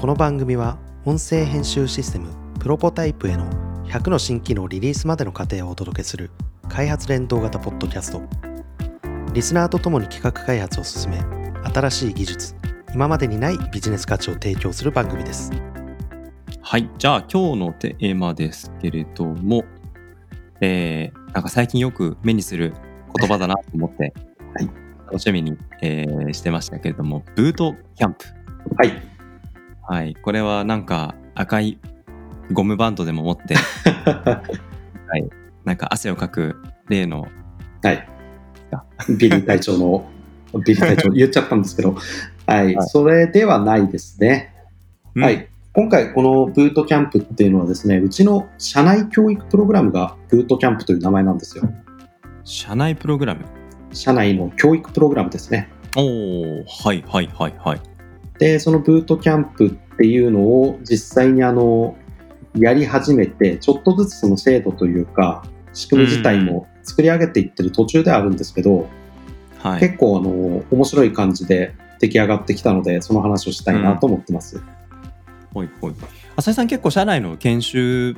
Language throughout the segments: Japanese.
この番組は音声編集システムプロポタイプへの100の新機能リリースまでの過程をお届けする開発連動型ポッドキャストリスナーとともに企画開発を進め新しい技術今までにないビジネス価値を提供する番組ですはい。じゃあ今日のテーマですけれども、えー、なんか最近よく目にする言葉だなと思って、はい楽しみに、えーしてましたけれども、ブートキャンプ。はいはい。これはなんか赤いゴムバンドでも 持って、なんか汗をかく例の、はい。ビリー隊長 の、ビリー隊長、言っちゃったんですけど、はい、はいそれではないですね。うんは。い。今回、このブートキャンプっていうのはですね、うちの社内教育プログラムがブートキャンプという名前なんですよ。社内プログラム。社内の教育プログラムですね。おー、はいはいはいはい。で、そのブートキャンプっていうのを実際にあの、やり始めて、ちょっとずつその制度というか、仕組み自体も作り上げていってる途中ではあるんですけど、はい。結構あの面白い感じで出来上がってきたのでその話をしたいなと思ってます、ほいほい。浅井さん結構社内の研修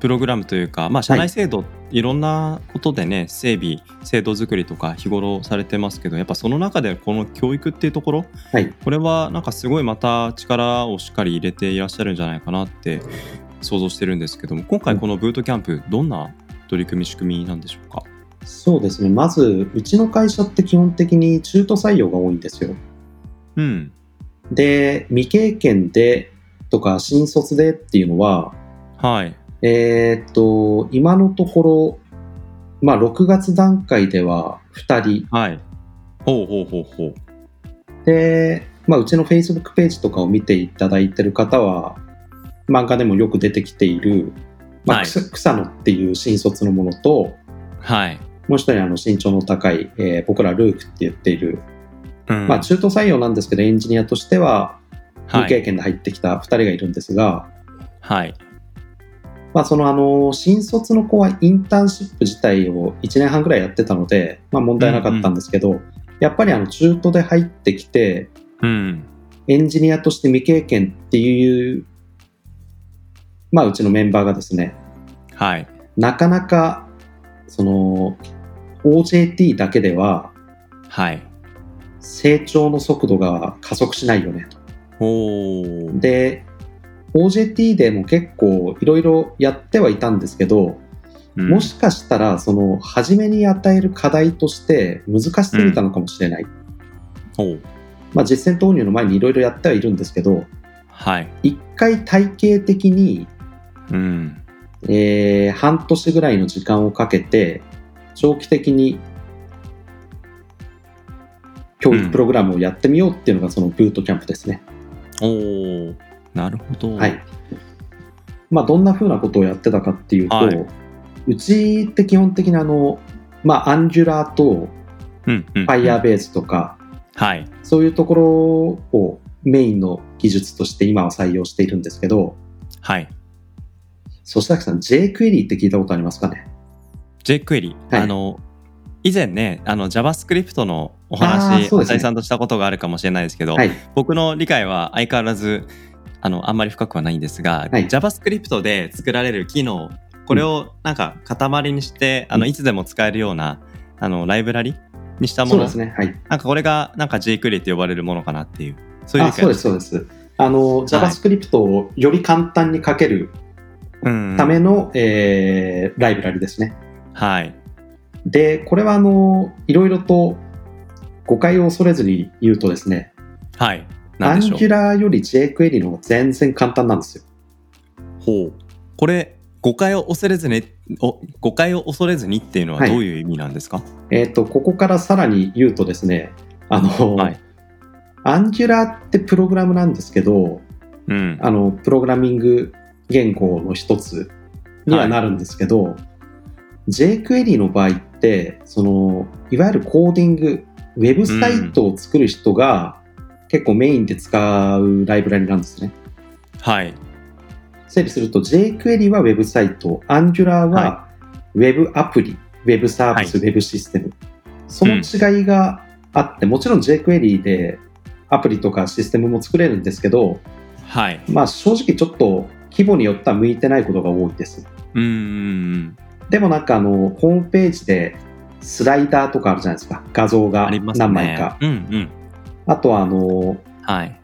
プログラムというか、まあ、社内制度、い、ろんなことでね整備制度作りとか日頃されてますけどやっぱその中でこの教育っていうところ、はいこれはなんかすごいまた力をしっかり入れていらっしゃるんじゃないかなって想像してるんですけども今回このブートキャンプどんな取り組み仕組みなんでしょうかそうですねまずうちの会社って基本的に中途採用が多いんですようんで未経験でとか新卒でっていうのははいえーっと今のところまあ6月段階では2人はいほうほうほうほうで、まあ、うちの Facebook ページとかを見ていただいてる方は漫画でもよく出てきている、まあはい草草野っていう新卒のものとはいもう一人あの身長の高い、えー僕らルークって言っている、うんまあ、中途採用なんですけどエンジニアとしてはは未経い験で入ってきた2人がいるんですが、はいまあ、そのあの新卒の子はインターンシップ自体を1年半ぐらいやってたので、まあ、問題なかったんですけど、やっぱりあの中途で入ってきてうんエンジニアとして未経験っていう、まあ、うちのメンバーがですねはいなかなかその OJT だけでははい成長の速度が加速しないよねと。おーで、OJT でも結構いろいろやってはいたんですけど、うんもしかしたら、その、初めに与える課題として難しすぎたのかもしれない。おうまあ実践投入の前にいろいろやってはいるんですけど、はい。一回体系的に、うん。えー半年ぐらいの時間をかけて、長期的に教育プログラムをやってみようっていうのがそのブートキャンプですね。おお。なるほど。はい。まあ、どんなふうなことをやってたかっていうと、はいうちって基本的にあの、まあ、アンジュラーとうん、うん。ファイヤーベースとか、はい。そういうところをメインの技術として今は採用しているんですけど、はい。そしたらさん、J クエリーって聞いたことありますかね J クエリ。はいあの、以前ね、あの JavaScript のおあー話、そうですね浅井さんとしたことがあるかもしれないですけど、はい。僕の理解は相変わらず、あの、あんまり深くはないんですが、はい JavaScript で作られる機能、これをなんか塊にして、あの、いつでも使えるような、あの、ライブラリにしたもそうの、ですね。はい。なんかこれが、なんか J クエリって呼ばれるものかなっていう、そういうあ、理解そうです、そうです。あの、JavaScript をより簡単に書けるうんための、えーライブラリですね。はい。で、これはあの、いろいろと誤解を恐れずに言うとですね、はい。なアんンギでしょうュ。ラーより J クエリの方が全然簡単なんですよ。ほう。これ誤解を恐れずに、お誤解を恐れずにっていうのははいどういう意味なんですか？えっ、と、ここからさらに言うとですね、あの、はいアンギュラーってプログラムなんですけど、うん。あの、プログラミング言語の一つにはなるんですけど、J クエリの場合って、その、いわゆるコーディング、ウェブサイトを作る人が結構メインで使うライブラリなんですね。はい。整理すると JQuery はウェブサイト、Angular はウェブアプリ、ウェブサービス、ウェブシステム。その違いがあって、もちろん JQuery でアプリとかシステムも作れるんですけど、はい。まあ正直ちょっと規模によっては向いてないことが多いです。うんうんうん。でもなんかあの、ホームページでスライダーとかあるじゃないですか。画像がありますね。何枚か。うんうん。あとはあの、はい。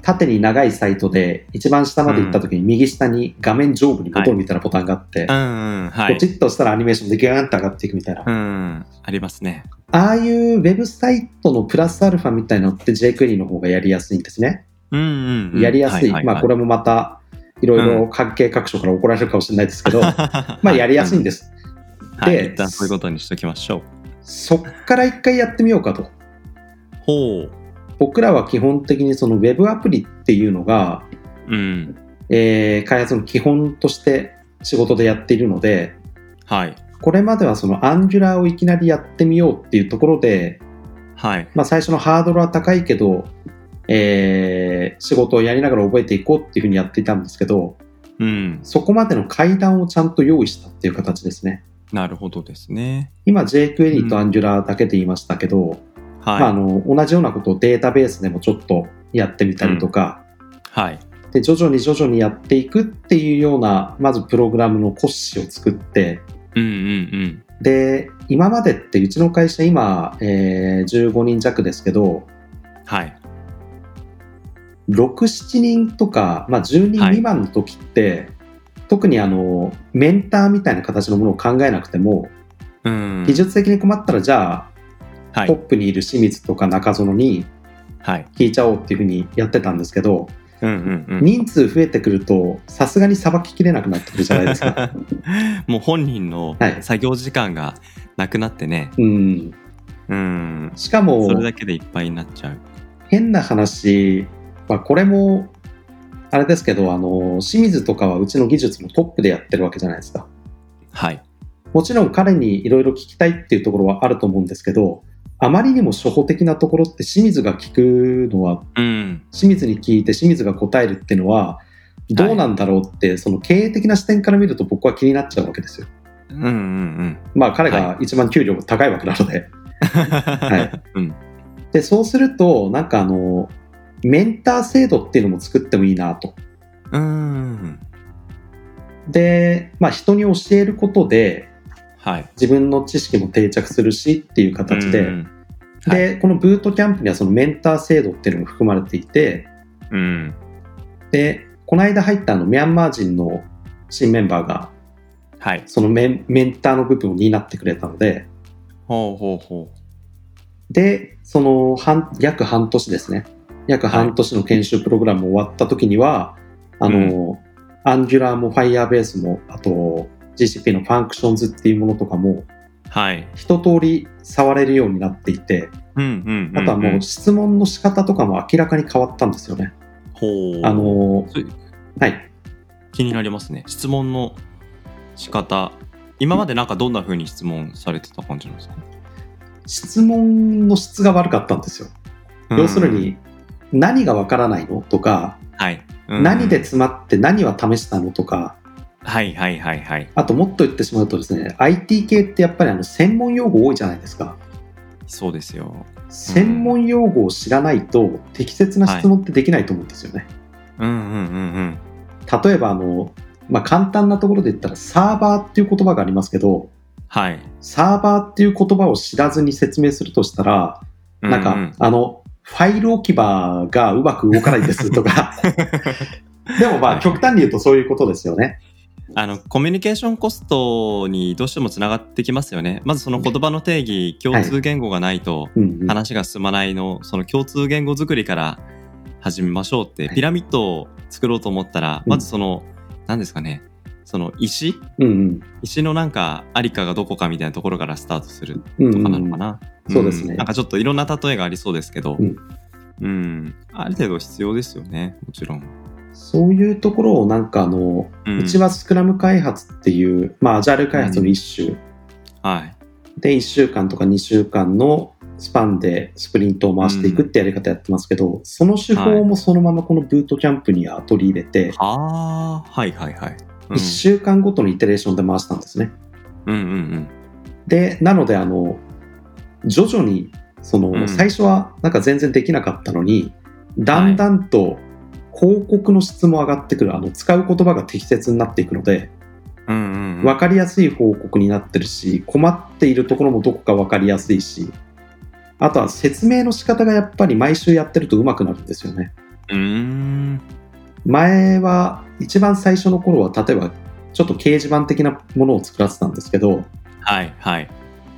縦に長いサイトで一番下まで行った時に右下に画面上部に戻るみたいなボタンがあって、うんうん。はポいチ。ッとしたらアニメーションでギューンって上がっていくみたいな。うあん。ありますね。あいうウェブサイトのプラスアルファみたいなのって JQuery の方がやりやすいんですね。うんうんうん。やりやすい。はははまあこれもまたいろいろ関係各所から怒られるかもしれないです けど、まあやりやすいんです。はいで一旦そういうことにしときましょう。そっから一回やってみようかと。ほう。僕らは基本的にそのウェブアプリっていうのが、うん。えー開発の基本として仕事でやっているので、はい。これまではそのアンジュラーをいきなりやってみようっていうところで、はい。まあ最初のハードルは高いけど、えー仕事をやりながら覚えていこうっていうふうにやっていたんですけど、うん。そこまでの階段をちゃんと用意したっていう形ですね。なるほどですね。今 JQuery と Angular だけで言いましたけど、はい。まあ、あの同じようなことをデータベースでもちょっとやってみたりとか、はい。で徐々に徐々にやっていくっていうようなまずプログラムの骨子を作ってうんうんで今までってうちの会社今、えー15人弱ですけどうん。はい。 67人とか、まあ、10人未満の時って、特にあのメンターみたいな形のものを考えなくても、うん。技術的に困ったらじゃあ、はトッい。プにいる清水とか中園にはい。聞いちゃおうっていうふうにやってたんですけど、うんうんうん。人数増えてくるとさすがにさばききれなくなってくるじゃないです か もう本人のはい作業時間がなくなってね。うんうん。しかそもれだけでいっぱいになっちゃう。変な話、まあ、これもあれですけどあの清水とかはうちの技術のトップでやってるわけじゃないですかはい。もちろん彼にいろいろ聞きたいっていうところはあると思うんですけどあまりにも初歩的なところって清水が聞くのはうん。清水に聞いて清水が答えるっていうのはどうなんだろうって、その経営的な視点から見ると僕は気になっちゃうわけですようんうんうん。まあ彼が一番給料が高いわけなので、はい。うん。でそうするとなんかあのメンター制度っていうのも作ってもいいなと うん。で、まあ、人に教えることではい。自分の知識も定着するしっていう形で、うんはいでこのブートキャンプにはそのメンター制度っていうのも含まれていてうん。でこの間入ったあのミャンマー人の新メンバーがはい。そのメンメンターの部分を担ってくれたのでほうほうほでその半約半年ですね約半年の研修プログラム終わった時には、あの、アンギュラーも Firebase もあと GCP のファンクションズっていうものとかもう。はい。一通り触れるようになっていてうんうんんんあとはもう質問の仕方とかも明らかに変わったんですよね。ほう。あのそうはい気になりますね質問の仕方今までなんかどんな風に質問されてた感じなんですか質問の質が悪かったんですよ。要する、に何がわからないのとか、うんはいうん何で詰まって何は試したのとかはいはいはいはいあともっと言ってしまうとですね IT 系ってやっぱりあの専門用語多いじゃないですかそうですよ専門用語を知らないと適切な質問ってできないと思うんですよね、うんうんうんうん例えばあの、まあ、簡単なところで言ったらサーバーっていう言葉がありますけどはいサーバーっていう言葉を知らずに説明するとしたら、なんか、ううあの、ファイル置き場がうまく動かないですと か、でもまはあい極端に言うとそういうことですよね。あのコミュニケーションコストにどうしてもつながってきますよねまずその言葉の定義共通言語がないとうんうん話が進まないの、その共通言語作りから始めましょうって、はいピラミッドを作ろうと思ったら、うんまずその何ですかねその石うん石のなんかありかがどこかみたいなところからスタートするうん。とうかんなうのんかな、うんそうですねんなんかちょっといろんな例えがありそうですけど、ううんんある程度必要ですよねもちろん、そういうところをなんかあの、ううんちはスクラム開発っていう、まあアジャイル開発の一種はいで1週間とか2週間のスパンでスプリントを回していくってやり方やってますけど、その手法もそのままこのブートキャンプには取り入れて、あーはいはいはい、うん1週間ごとのイテレーションで回したんですね。うんうんうんでなのであの徐々にその、うん最初はなんか全然できなかったのにだんだんと、広告の質も上がってくるあの使う言葉が適切になっていくのでうんうんうん分かりやすい報告になってるし困っているところもどこか分かりやすいしあとは説明の仕方がやっぱり毎週やってると上手くなるんですよねうーん前は一番最初の頃は例えばちょっと掲示板的なものを作らせたんですけどはいはい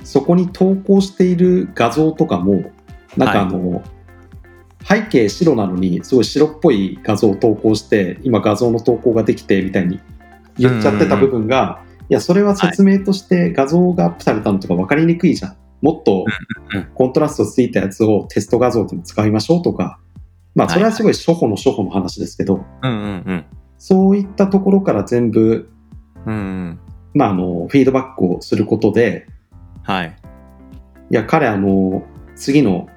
そこに投稿している画像とかもなんかあの、背景白なのにすごい白っぽい画像を投稿して今画像の投稿ができてみたいに言っちゃってた部分が、いやそれは説明として画像がアップされたのとか分かりにくいじゃん、もっとうんうんコントラストついたやつをテスト画像でも使いましょうとかまあそれはすごい初歩の初歩の話ですけど、うんうんうんそういったところから全部、うんうんまあ、あのフィードバックをすることではいいや彼あの次の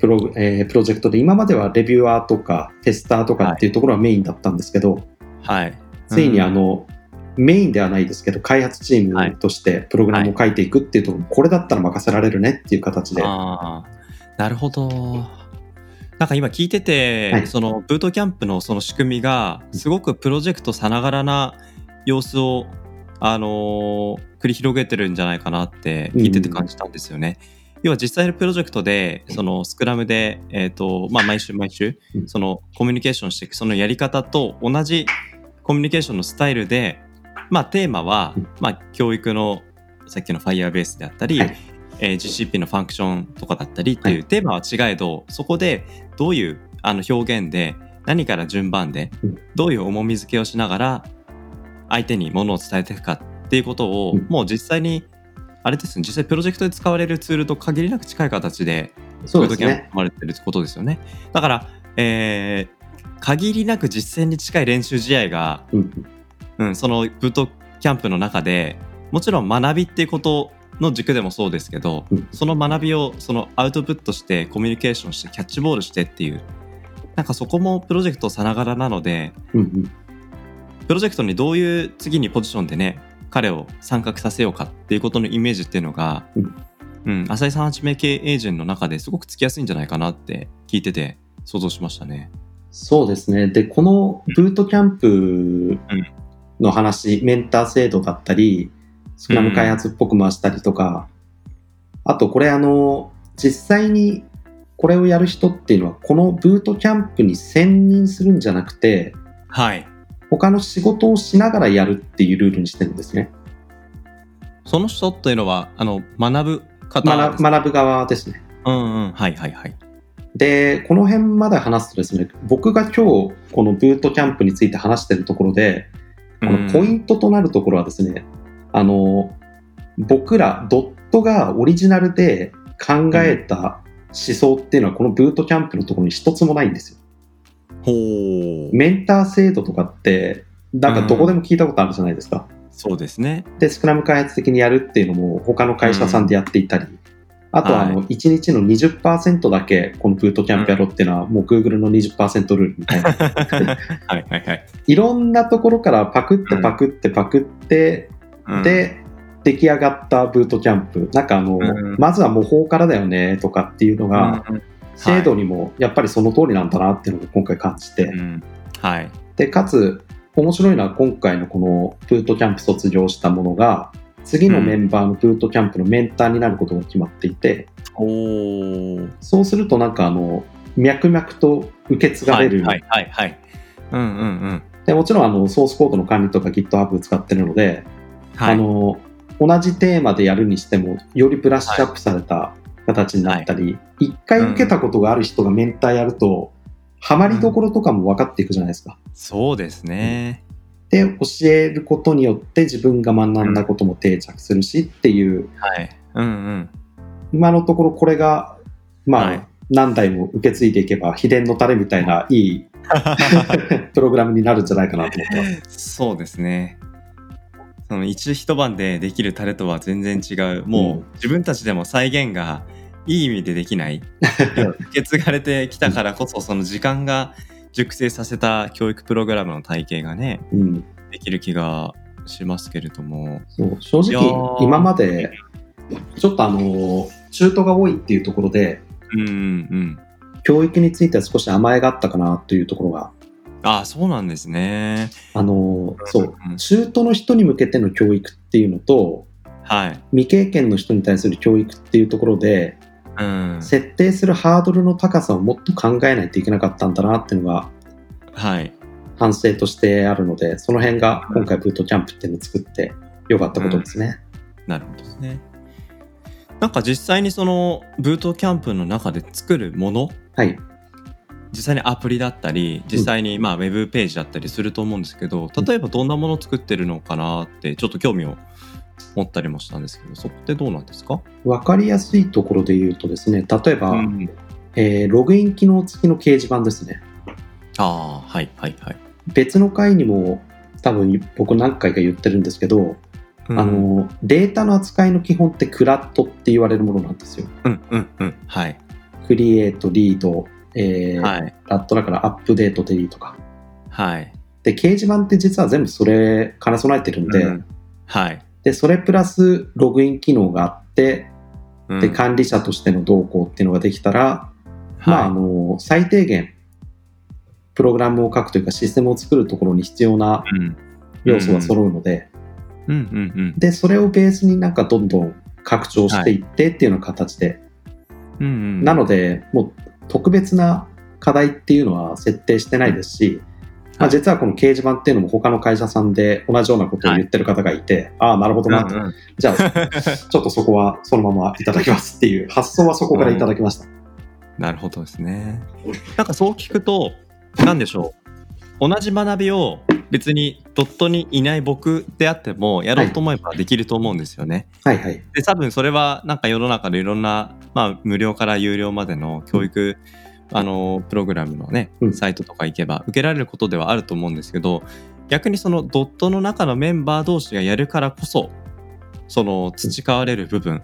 プロ,、えープロジェクトで今まではレビュアーとかテスターとかっていうところはメインだったんですけど、はいついにうんあの、メインではないですけど開発チームとしてプログラムを書いていくっていうところ、これだったら任せられるねっていう形であーなるほどなんか今聞いてて、はいそのブートキャンプのその仕組みがすごくプロジェクトさながらな様子をあのー繰り広げてるんじゃないかなって聞いてて感じたんですよね。要は実際のプロジェクトでそのスクラムで、えーとまあ、毎週毎週うんそのコミュニケーションしていくそのやり方と同じコミュニケーションのスタイルで、まあ、テーマはうん、まあ、教育のさっきの Firebase であったり、はいえー GCP のファンクションとかだったりっていはうテーマは違えど、そこでどういうあの表現で何から順番でうんどういう重み付けをしながら相手にものを伝えていくかっていうことを、うんもう実際にあれですね実際プロジェクトで使われるツールと限りなく近い形でそうブでートすキャねンプが生まれてるってことですよね。だから、えー限りなく実践に近い練習試合が、うんうん、そのブートキャンプの中でもちろん学びっていうことの軸でもそうですけど、うんその学びをそのアウトプットしてコミュニケーションしてキャッチボールしてっていうなんかそこもプロジェクトさながらなのでうんうんプロジェクトにどういう次にポジションでね彼を参画させようかっていうことのイメージっていうのが、ううん浅井さんはじめ経営陣の中ですごくつきやすいんじゃないかなって聞いてて想像しましたね。そうですねでこのブートキャンプの話、メンター制度だったりスクラム開発っぽく回したりとか、あとこれあの実際にこれをやる人っていうのはこのブートキャンプに専任するんじゃなくてはい他の仕事をしながらやるっていうルールにしてるんですねその人というのはあの学ぶ方で学す学ぶ側ですねうんうんはいはいはい。で、この辺まで話すとですね、僕が今日このブートキャンプについて話してるところで、このポインントとなるところはですね、あの、僕らドットがオリジナルで考えた思想っていうのはこのブートキャンプのところに一つもないんですよ。トほうメンター制度とかって、なんかどこでも聞いたことあるじゃないですか。そうですね。で、スクラム開発的にやるっていうのも他の会社さんでやっていたり、あとはあの、は1日の20%だけこのブートキャンプやろうっていうのはもう Google の20%ルールみた いな。はいはいはい。いろんなところからパクってパクってパクって、うん、で、出来上がったブートキャンプ。なんかあの、うんまずは模倣からだよねとかっていうのが、うん制度にもやっぱりその通りなんだなっていうのを今回感じて、うんはいで、かつ、面白いのは今回のこのブートキャンプ卒業したものが、次のメンバーのブートキャンプのメンターになることが決まっていて、おーそうするとなんかあの、脈々と受け継がれる。はいはいはいはい。うんうんうん。でもちろんあの、ソースコードの管理とか GitHub 使ってるので、はい、あの同じテーマでやるにしてもよりブラッシュアップされた形になったり、一回受けたことがある人がメンターやると、ハマりどころとかも分かっていくじゃないですか。そうですね。で教えることによって自分が学んだことも定着するしっていうはい。うんうん。今のところこれがまあ、はい何代も受け継いでいけば秘伝のタレみたいないい プログラムになるんじゃないかなと思ってます。そうですね。その一一晩でできるタレとは全然違う。もう自分たちでも再現がいい意味ででき ない。受け継がれてきたからこそ、その時間が熟成させた教育プログラムの体系がね、うん、できる気がしますけれども。そう正いや直ー今までちょっとあの中途が多いっていうところでうんうんうん。教育については少し甘えがあったかなというところが、ああ、そうなんですね。あの、そう、うん中途の人に向けての教育っていうのと、はい。未経験の人に対する教育っていうところで、うん。設定するハードルの高さをもっと考えないといけなかったんだなっていうのがはい。反省としてあるので、その辺が今回ブートキャンプっていうのを作ってよかったことですね。なるほどですね。なんか実際にそのブートキャンプの中で作るものはい。実際にアプリだったり実際にまあウェブページだったりすると思うんですけど、うん例えばどんなものを作ってるのかなってちょっと興味を持ったりもしたんですけどそこってどうなんですか、わかりやすいところで言うとですね、例えば、うんえーログイン機能付きの掲示板ですね。ああはいはいはい。別の回にも多分僕何回か言ってるんですけど、あうんのデータの扱いの基本ってクラットって言われるものなんですよ。うんうんうんはい、クリエイト、リード、えーはいラットだからアップデート、デリートか。はいで、掲示板って実は全部それ兼ね備えてるんで、うんはい。で、それプラスログイン機能があって、うんで、管理者としての動向っていうのができたら、まあ、あはの、最低限、プログラムを書くというかシステムを作るところに必要ないうん要素が揃うので、うんうんうんで、それをベースになんかどんどん拡張していってっていうような形で、うんうんなので、もう特別な課題っていうのは設定してないですし、まあ、はい実はこの掲示板っていうのも他の会社さんで同じようなことを言ってる方がいて、ああ、なるほどなと、うんうんじゃあ、ちょっとそこはそのままいただきますっていう発想はそこからいただきました。なるほどですね。なんかそう聞くと、なんでしょう。同じ学びを別にドットにいない僕であってもやろうと思えばできると思うんですよね。はいはい。で多分それはなんか世の中でいろんな、まあ、無料から有料までの教育、あのプログラムのねうんサイトとか行けば受けられることではあると思うんですけど逆にそのドットの中のメンバー同士がやるからこそその培われる部分っ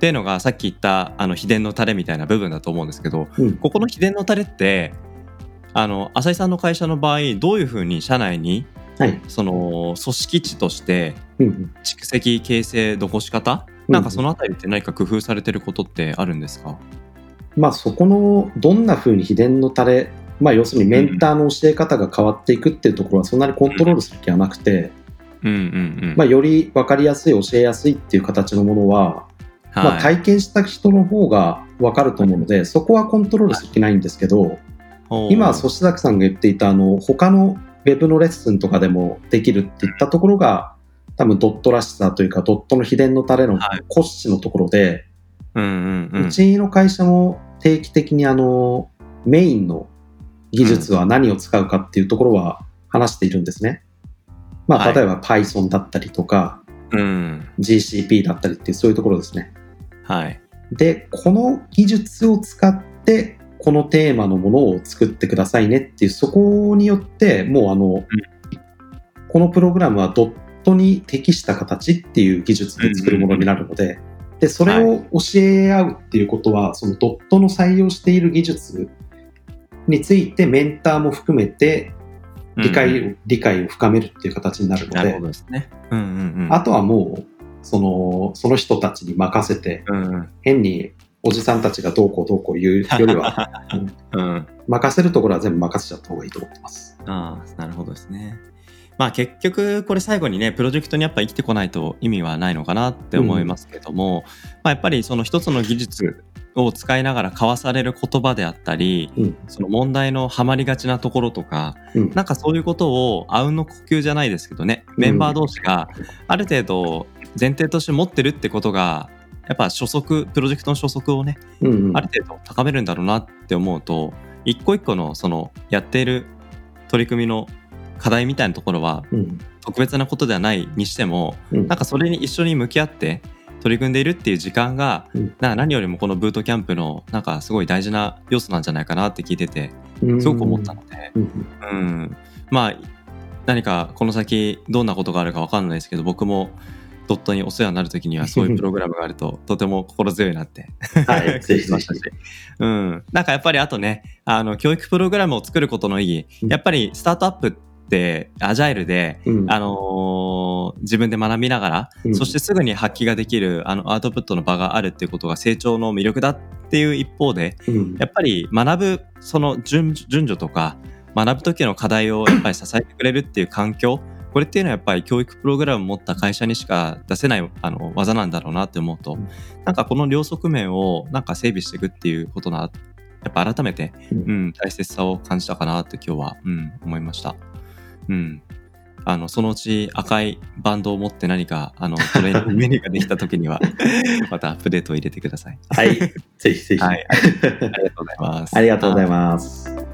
ていうのがさっき言ったあの秘伝のタレみたいな部分だと思うんですけどうんここの秘伝のタレってあの浅井さんの会社の場合どういうふうに社内にはい。その組織値としてうんうん蓄積形成残し方うんなんかそのあたりって何か工夫されてることってあるんですか、まあそこのどんな風に秘伝のタレ、まあ要するにメンターの教え方が変わっていくっていうところはそんなにコントロールする気はなくて、うんうんうんまあより分かりやすい、教えやすいっていう形のものは、まあはい体験した人の方が分かると思うので、そこはコントロールする気ないんですけど、おー今、粗志崎さんが言っていた、あの、他のウェブのレッスンとかでもできるっていったところが、多分ドットらしさというか、ドットの秘伝のタレのはい骨子のところで、うんうんううんちの会社も定期的にあのメインの技術は何を使うかっていうところは話しているんですね。まあ、はい例えば Python だったりとか、うん、 GCP だったりっていうそういうところですね。はいで、この技術を使って、このテーマのものを作ってくださいねっていう、そこによって、もうあの、このプログラムはドットに適した形っていう技術で作るものになるので、で、それを教え合うっていうことは、そのドットの採用している技術についてメンターも含めて理解を、うん理解を深めるっていう形になるのなるでほ、どですねうんうんうんあとはもう、その、その人たちに任せて、うんうん変におじさんたちがどうこうどうこう言うより はうん任せるところは全部任せちゃった方がいいと思ってます。ああ、なるほどですね。まあ結局これ最後にねプロジェクトにやっぱ生きてこないと意味はないのかなって思いますけども、まあ、やっぱりその一つの技術を使いながら交わされる言葉であったりうんその問題のハマりがちなところとかうんなんかそういうことをあうんの呼吸じゃないですけどねメンバー同士がある程度前提として持ってるってことがやっぱ初速プロジェクトの初速をねうんうんある程度高めるんだろうなって思うと一個一個のそのやっている取り組みの課題みたいなところはうん特別なことではないにしてもうんなんかそれに一緒に向き合って取り組んでいるっていう時間が、うんなんか何よりもこのブートキャンプのなんかすごい大事な要素なんじゃないかなって聞いててうんすごく思ったので、うんうんうんまあ何かこの先どんなことがあるか分かんないですけど僕もドットにお世話になる時にはそういうプログラムがあるととても心強いなって はい、ぜひぜまひしたし。うん。なんかやっぱりあとね、あの、教育プログラムを作ることの意義、うんやっぱりスタートアップって、アジャイルで、うんあの自分で学びながら、うんそしてすぐに発揮ができるあのアウトプットの場があるっていうことが成長の魅力だっていう一方でうんやっぱり学ぶその順順序とか学ぶ時の課題をやっぱり支えてくれるっていう環境これっていうのはやっぱり教育プログラムを持った会社にしか出せないあの技なんだろうなって思うと、うんなんかこの両側面をなんか整備していくっていうことなやっぱ改めて、うんうん、大切さを感じたかなって今日は、うん、思いました。うんあのそのうち赤いバンドを持って何かあのトレーニングメニューができた時 にはまたアップデートを入れてください。はい。ぜひぜひ。はい、ありがとうございます。ありがとうございます。